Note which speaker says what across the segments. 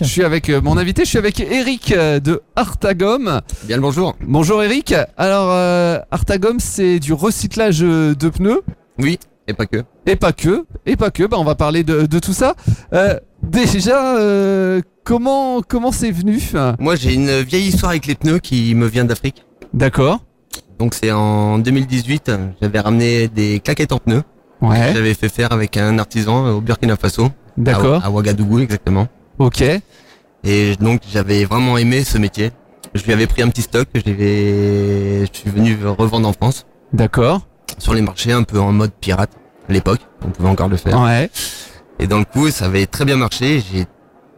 Speaker 1: Je suis avec euh, mon invité, je suis avec Eric euh, de Artagom.
Speaker 2: Bien le bonjour.
Speaker 1: Bonjour Eric. Alors euh, Artagom c'est du recyclage euh, de pneus
Speaker 2: Oui, et pas que.
Speaker 1: et pas que, et pas que, bah, on va parler de, de tout ça. Euh, déjà euh, comment comment c'est venu
Speaker 2: Moi, j'ai une vieille histoire avec les pneus qui me vient d'Afrique.
Speaker 1: D'accord.
Speaker 2: Donc, c'est en 2018, j'avais ramené des claquettes en pneus. que
Speaker 1: Ah Ouais.
Speaker 2: J'avais fait faire avec un artisan au Burkina Faso. à Wa-
Speaker 1: D'accord.
Speaker 2: À Ouagadougou, exactement.
Speaker 1: OK.
Speaker 2: Et donc, j'avais vraiment aimé ce métier. Je lui avais pris un petit stock, je, l'avais- je suis venu revendre en France,
Speaker 1: D'accord.
Speaker 2: sur les marchés, un peu en mode pirate, à l'époque. On pouvait encore le faire.
Speaker 1: Ouais.
Speaker 2: Et dans le coup, ça avait très bien marché. J'ai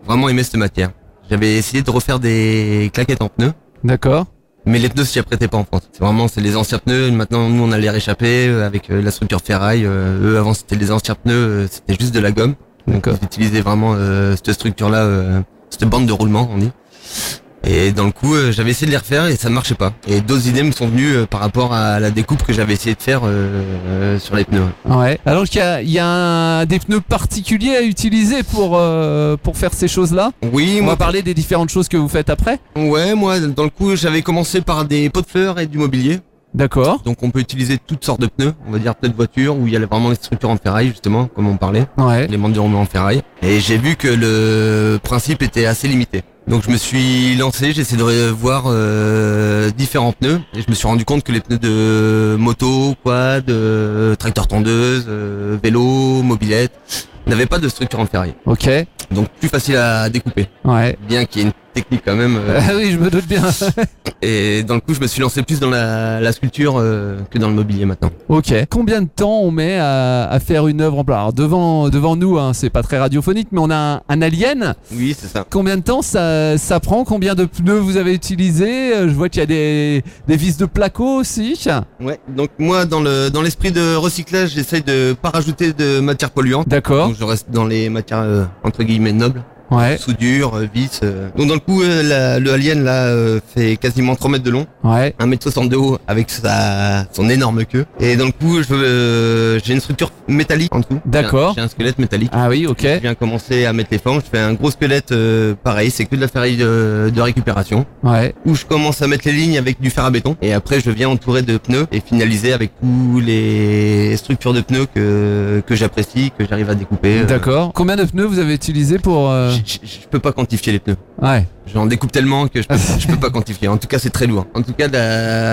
Speaker 2: vraiment aimé cette matière. J'avais essayé de refaire des claquettes en pneus.
Speaker 1: D'accord.
Speaker 2: Mais les pneus s'y apprêtaient pas en France. C'est vraiment c'est les anciens pneus. Maintenant nous on a les réchappés euh, avec euh, la structure ferraille. Euh, eux avant c'était les anciens pneus, euh, c'était juste de la gomme. Donc
Speaker 1: D'accord.
Speaker 2: ils utilisaient vraiment euh, cette structure là, cette bande de roulement on dit. Et dans le coup euh, j'avais essayé de les refaire et ça ne marchait pas. Et d'autres idées me sont venues euh, par rapport à la découpe que j'avais essayé de faire euh, euh, sur les pneus.
Speaker 1: Ouais. Alors qu'il y a, il y a un- des pneus particuliers à utiliser pour euh, pour faire ces choses-là.
Speaker 2: Oui
Speaker 1: On va
Speaker 2: moi
Speaker 1: parler des différentes choses que vous faites après.
Speaker 2: ouais moi dans le coup j'avais commencé par des pots de fleurs et du mobilier.
Speaker 1: D'accord.
Speaker 2: Donc on peut utiliser toutes sortes de pneus, on va dire pneus de voiture où il y a vraiment les structures en ferraille justement comme on parlait.
Speaker 1: Ouais.
Speaker 2: les membres du roman en ferraille. Et j'ai vu que le principe était assez limité. Donc je me suis lancé, j'ai essayé de voir euh, différents pneus et je me suis rendu compte que les pneus de moto, quad, euh, tracteur tondeuse, euh, vélo, mobilette n'avaient pas de structure en ferraille.
Speaker 1: OK.
Speaker 2: Donc plus facile à découper,
Speaker 1: Ouais.
Speaker 2: bien qu'il y ait une technique quand même. euh,
Speaker 1: Ah oui, je me doute bien.
Speaker 2: et dans le coup je me suis lancé plus dans la, la sculpture euh, que dans le mobilier maintenant.
Speaker 1: ok. Combien de temps on met à, à faire une œuvre en plan Alors devant, devant nous, hein, c'est pas très radiophonique, mais on a un, un alien.
Speaker 2: Oui c'est ça.
Speaker 1: Combien de temps ça, ça prend Combien de pneus vous avez utilisés Euh, Je vois qu'il y a des, des vis de placo aussi.
Speaker 2: Ouais. Donc moi dans le dans l'esprit de recyclage j'essaye de pas rajouter de matière polluante.
Speaker 1: D'accord.
Speaker 2: Donc je reste dans les matières euh, entre guillemets nobles,
Speaker 1: Ouais.
Speaker 2: soudure, euh, vis. euh. Donc dans le coup, euh, la- le alien là euh, fait quasiment 3 mètres de long,
Speaker 1: Ouais.
Speaker 2: 1 mètre 60 de haut avec sa son énorme queue. Et dans le coup, je euh, j'ai une structure métallique en dessous.
Speaker 1: D'accord.
Speaker 2: J'ai un j'ai un squelette métallique.
Speaker 1: Ah oui, ok.
Speaker 2: Je viens commencer à mettre les formes. Je fais un gros squelette, euh, pareil, c'est que de la ferraille de, de récupération.
Speaker 1: Ouais.
Speaker 2: Où je commence à mettre les lignes avec du fer à béton. Et après, je viens entourer de pneus et finaliser avec tous les structures de pneus que que j'apprécie, que j'arrive à découper. euh,
Speaker 1: D'accord. Combien de pneus vous avez utilisés pour euh,
Speaker 2: Je- Je je peux pas quantifier les pneus.
Speaker 1: Ouais.
Speaker 2: J'en découpe tellement que je peux, je peux pas quantifier. En tout cas, c'est très lourd. En tout cas,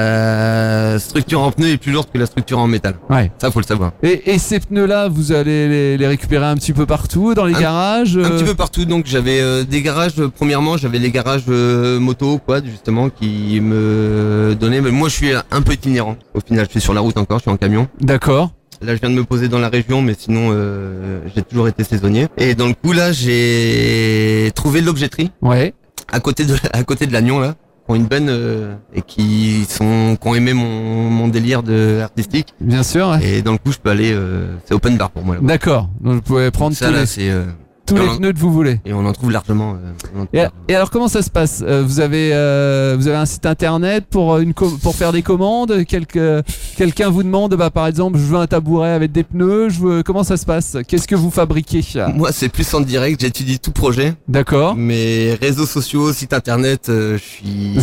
Speaker 2: la structure en pneu est plus lourde que la structure en métal.
Speaker 1: Ouais.
Speaker 2: Ça, faut le savoir.
Speaker 1: Et, et ces pneus-là, vous allez les, les récupérer un petit peu partout, dans les
Speaker 2: Un-
Speaker 1: garages.
Speaker 2: Un
Speaker 1: euh,
Speaker 2: petit peu partout. Donc, j'avais euh, des garages. euh, Premièrement, j'avais les garages euh, moto, quad, justement, qui me donnaient. Mais moi, je suis un peu itinérant. Au final, je suis sur la route encore. Je suis en camion.
Speaker 1: D'accord.
Speaker 2: Là, je viens de me poser dans la région, mais sinon, euh, j'ai toujours été saisonnier. Et dans le coup, là, j'ai trouvé l'objetterie.
Speaker 1: Ouais.
Speaker 2: à côté de à côté de l'Agnon là qui ont une bonne euh, et qui sont qui ont aimé mon, mon délire de artistique
Speaker 1: Bien sûr. ouais.
Speaker 2: et dans le coup je peux aller euh, c'est open bar pour moi là
Speaker 1: D'accord. Donc vous pouvez Bah, prendre
Speaker 2: ça
Speaker 1: tous
Speaker 2: là
Speaker 1: les,
Speaker 2: c'est euh,
Speaker 1: tous les
Speaker 2: dans le-
Speaker 1: pneus que vous voulez.
Speaker 2: et on en trouve largement euh, on en trouve
Speaker 1: Et,
Speaker 2: largement.
Speaker 1: et alors comment ça se passe Euh, Vous avez euh, vous avez un site internet pour euh, une com- pour faire des commandes. Quelque- Quelqu'un vous demande bah par exemple je veux un tabouret avec des pneus. Je veux comment ça se passe Qu'est-ce que vous fabriquez
Speaker 2: moi c'est plus en direct j'étudie tout projet
Speaker 1: D'accord.
Speaker 2: mais réseaux sociaux site internet euh, je suis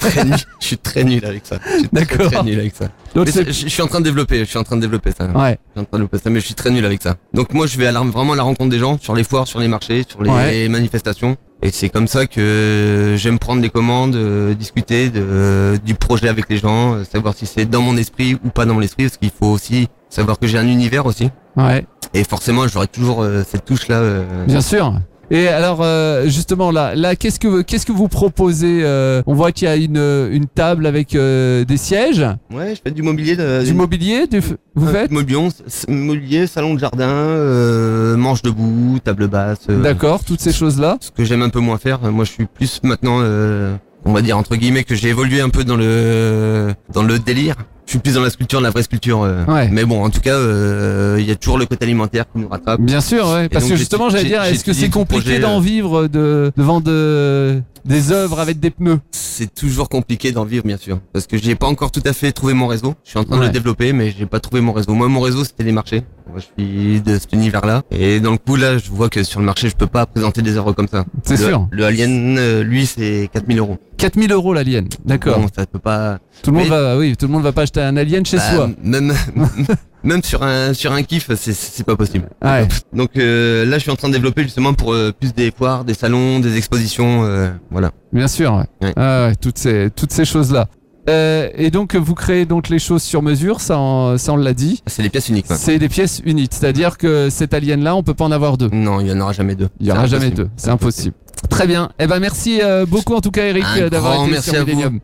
Speaker 2: très nul je suis très nul avec ça je suis très,
Speaker 1: D'accord.
Speaker 2: très nul avec ça
Speaker 1: Donc
Speaker 2: Mais
Speaker 1: c'est
Speaker 2: je, je suis en train de développer je suis en train de développer ça
Speaker 1: ouais
Speaker 2: Je suis en train de le passer, mais je suis très nul avec ça. Donc moi, je vais à la- vraiment à la rencontre des gens, sur les foires, sur les marchés, sur les
Speaker 1: Ouais.
Speaker 2: manifestations. Et c'est comme ça que j'aime prendre des commandes, euh, discuter de, du projet avec les gens, euh, savoir si c'est dans mon esprit ou pas dans mon esprit, parce qu'il faut aussi savoir que j'ai un univers aussi.
Speaker 1: ouais
Speaker 2: Et forcément, j'aurai toujours euh, cette touche-là. euh,
Speaker 1: bien sûr. Et alors euh, justement là là qu'est-ce que vous- qu'est-ce que vous proposez Euh, On voit qu'il y a une une table avec euh, des sièges,
Speaker 2: Ouais, je fais du mobilier. euh, De,
Speaker 1: du mobilier. du f- vous
Speaker 2: euh,
Speaker 1: faites
Speaker 2: mobilier, s- mobilier, salon de jardin, euh, manche debout, table basse. euh,
Speaker 1: D'accord toutes ces choses là.
Speaker 2: ce que j'aime un peu moins faire. Euh, Moi, je suis plus maintenant, euh, on va dire entre guillemets, que j'ai évolué un peu dans le dans le délire. Je suis plus dans la sculpture, la vraie sculpture. euh.
Speaker 1: Ouais.
Speaker 2: Mais bon, en tout cas, euh, il y a toujours le côté alimentaire qui nous rattrape.
Speaker 1: Bien sûr, ouais. parce
Speaker 2: donc,
Speaker 1: que
Speaker 2: j'ai-
Speaker 1: justement, j'allais
Speaker 2: j'ai-
Speaker 1: dire,
Speaker 2: j'ai
Speaker 1: est-ce que
Speaker 2: étudié
Speaker 1: c'est
Speaker 2: tout le
Speaker 1: compliqué
Speaker 2: projet,
Speaker 1: d'en
Speaker 2: euh,
Speaker 1: vivre de, de vendre euh, des œuvres avec des pneus
Speaker 2: C'est toujours compliqué d'en vivre, bien sûr, parce que j'ai pas encore tout à fait trouvé mon réseau. Je suis en train de
Speaker 1: Ouais.
Speaker 2: le développer, mais j'ai pas trouvé mon réseau. Moi, mon réseau, c'était les marchés. Moi, je suis de cet univers-là. Et dans le coup, là, je vois que sur le marché, je peux pas présenter des œuvres comme ça.
Speaker 1: C'est
Speaker 2: Le-
Speaker 1: sûr.
Speaker 2: Le Alien, euh, lui, c'est 4000 euros.
Speaker 1: 4000 euros l'alien. D'accord.
Speaker 2: Bon, ça peut pas.
Speaker 1: Tout le monde
Speaker 2: Mais-
Speaker 1: va, oui, tout le monde va pas acheter un alien chez
Speaker 2: bah,
Speaker 1: soi.
Speaker 2: Même, même sur un, sur un kiff, c'est, c'est pas possible.
Speaker 1: Ouais.
Speaker 2: Donc euh, là, je suis en train de développer justement pour euh, plus des foires, des salons, des expositions, euh, voilà.
Speaker 1: Bien sûr, ouais.
Speaker 2: Ouais.
Speaker 1: Ah ouais, toutes ces, toutes ces choses-là. Euh, et donc, vous créez donc les choses sur mesure, ça, on- ça on l'a dit.
Speaker 2: C'est les pièces uniques. quoi.
Speaker 1: C'est des pièces uniques, c'est-à-dire que cet alien-là, on peut pas en avoir deux.
Speaker 2: Non, il y en aura jamais deux.
Speaker 1: Il y
Speaker 2: C'est
Speaker 1: aura jamais
Speaker 2: impossible.
Speaker 1: deux, c'est impossible. Très bien. Eh ben, merci euh, beaucoup en tout cas, Eric,
Speaker 2: Un
Speaker 1: euh, d'avoir
Speaker 2: grand
Speaker 1: été
Speaker 2: merci
Speaker 1: sur
Speaker 2: à vous.
Speaker 1: Millennium.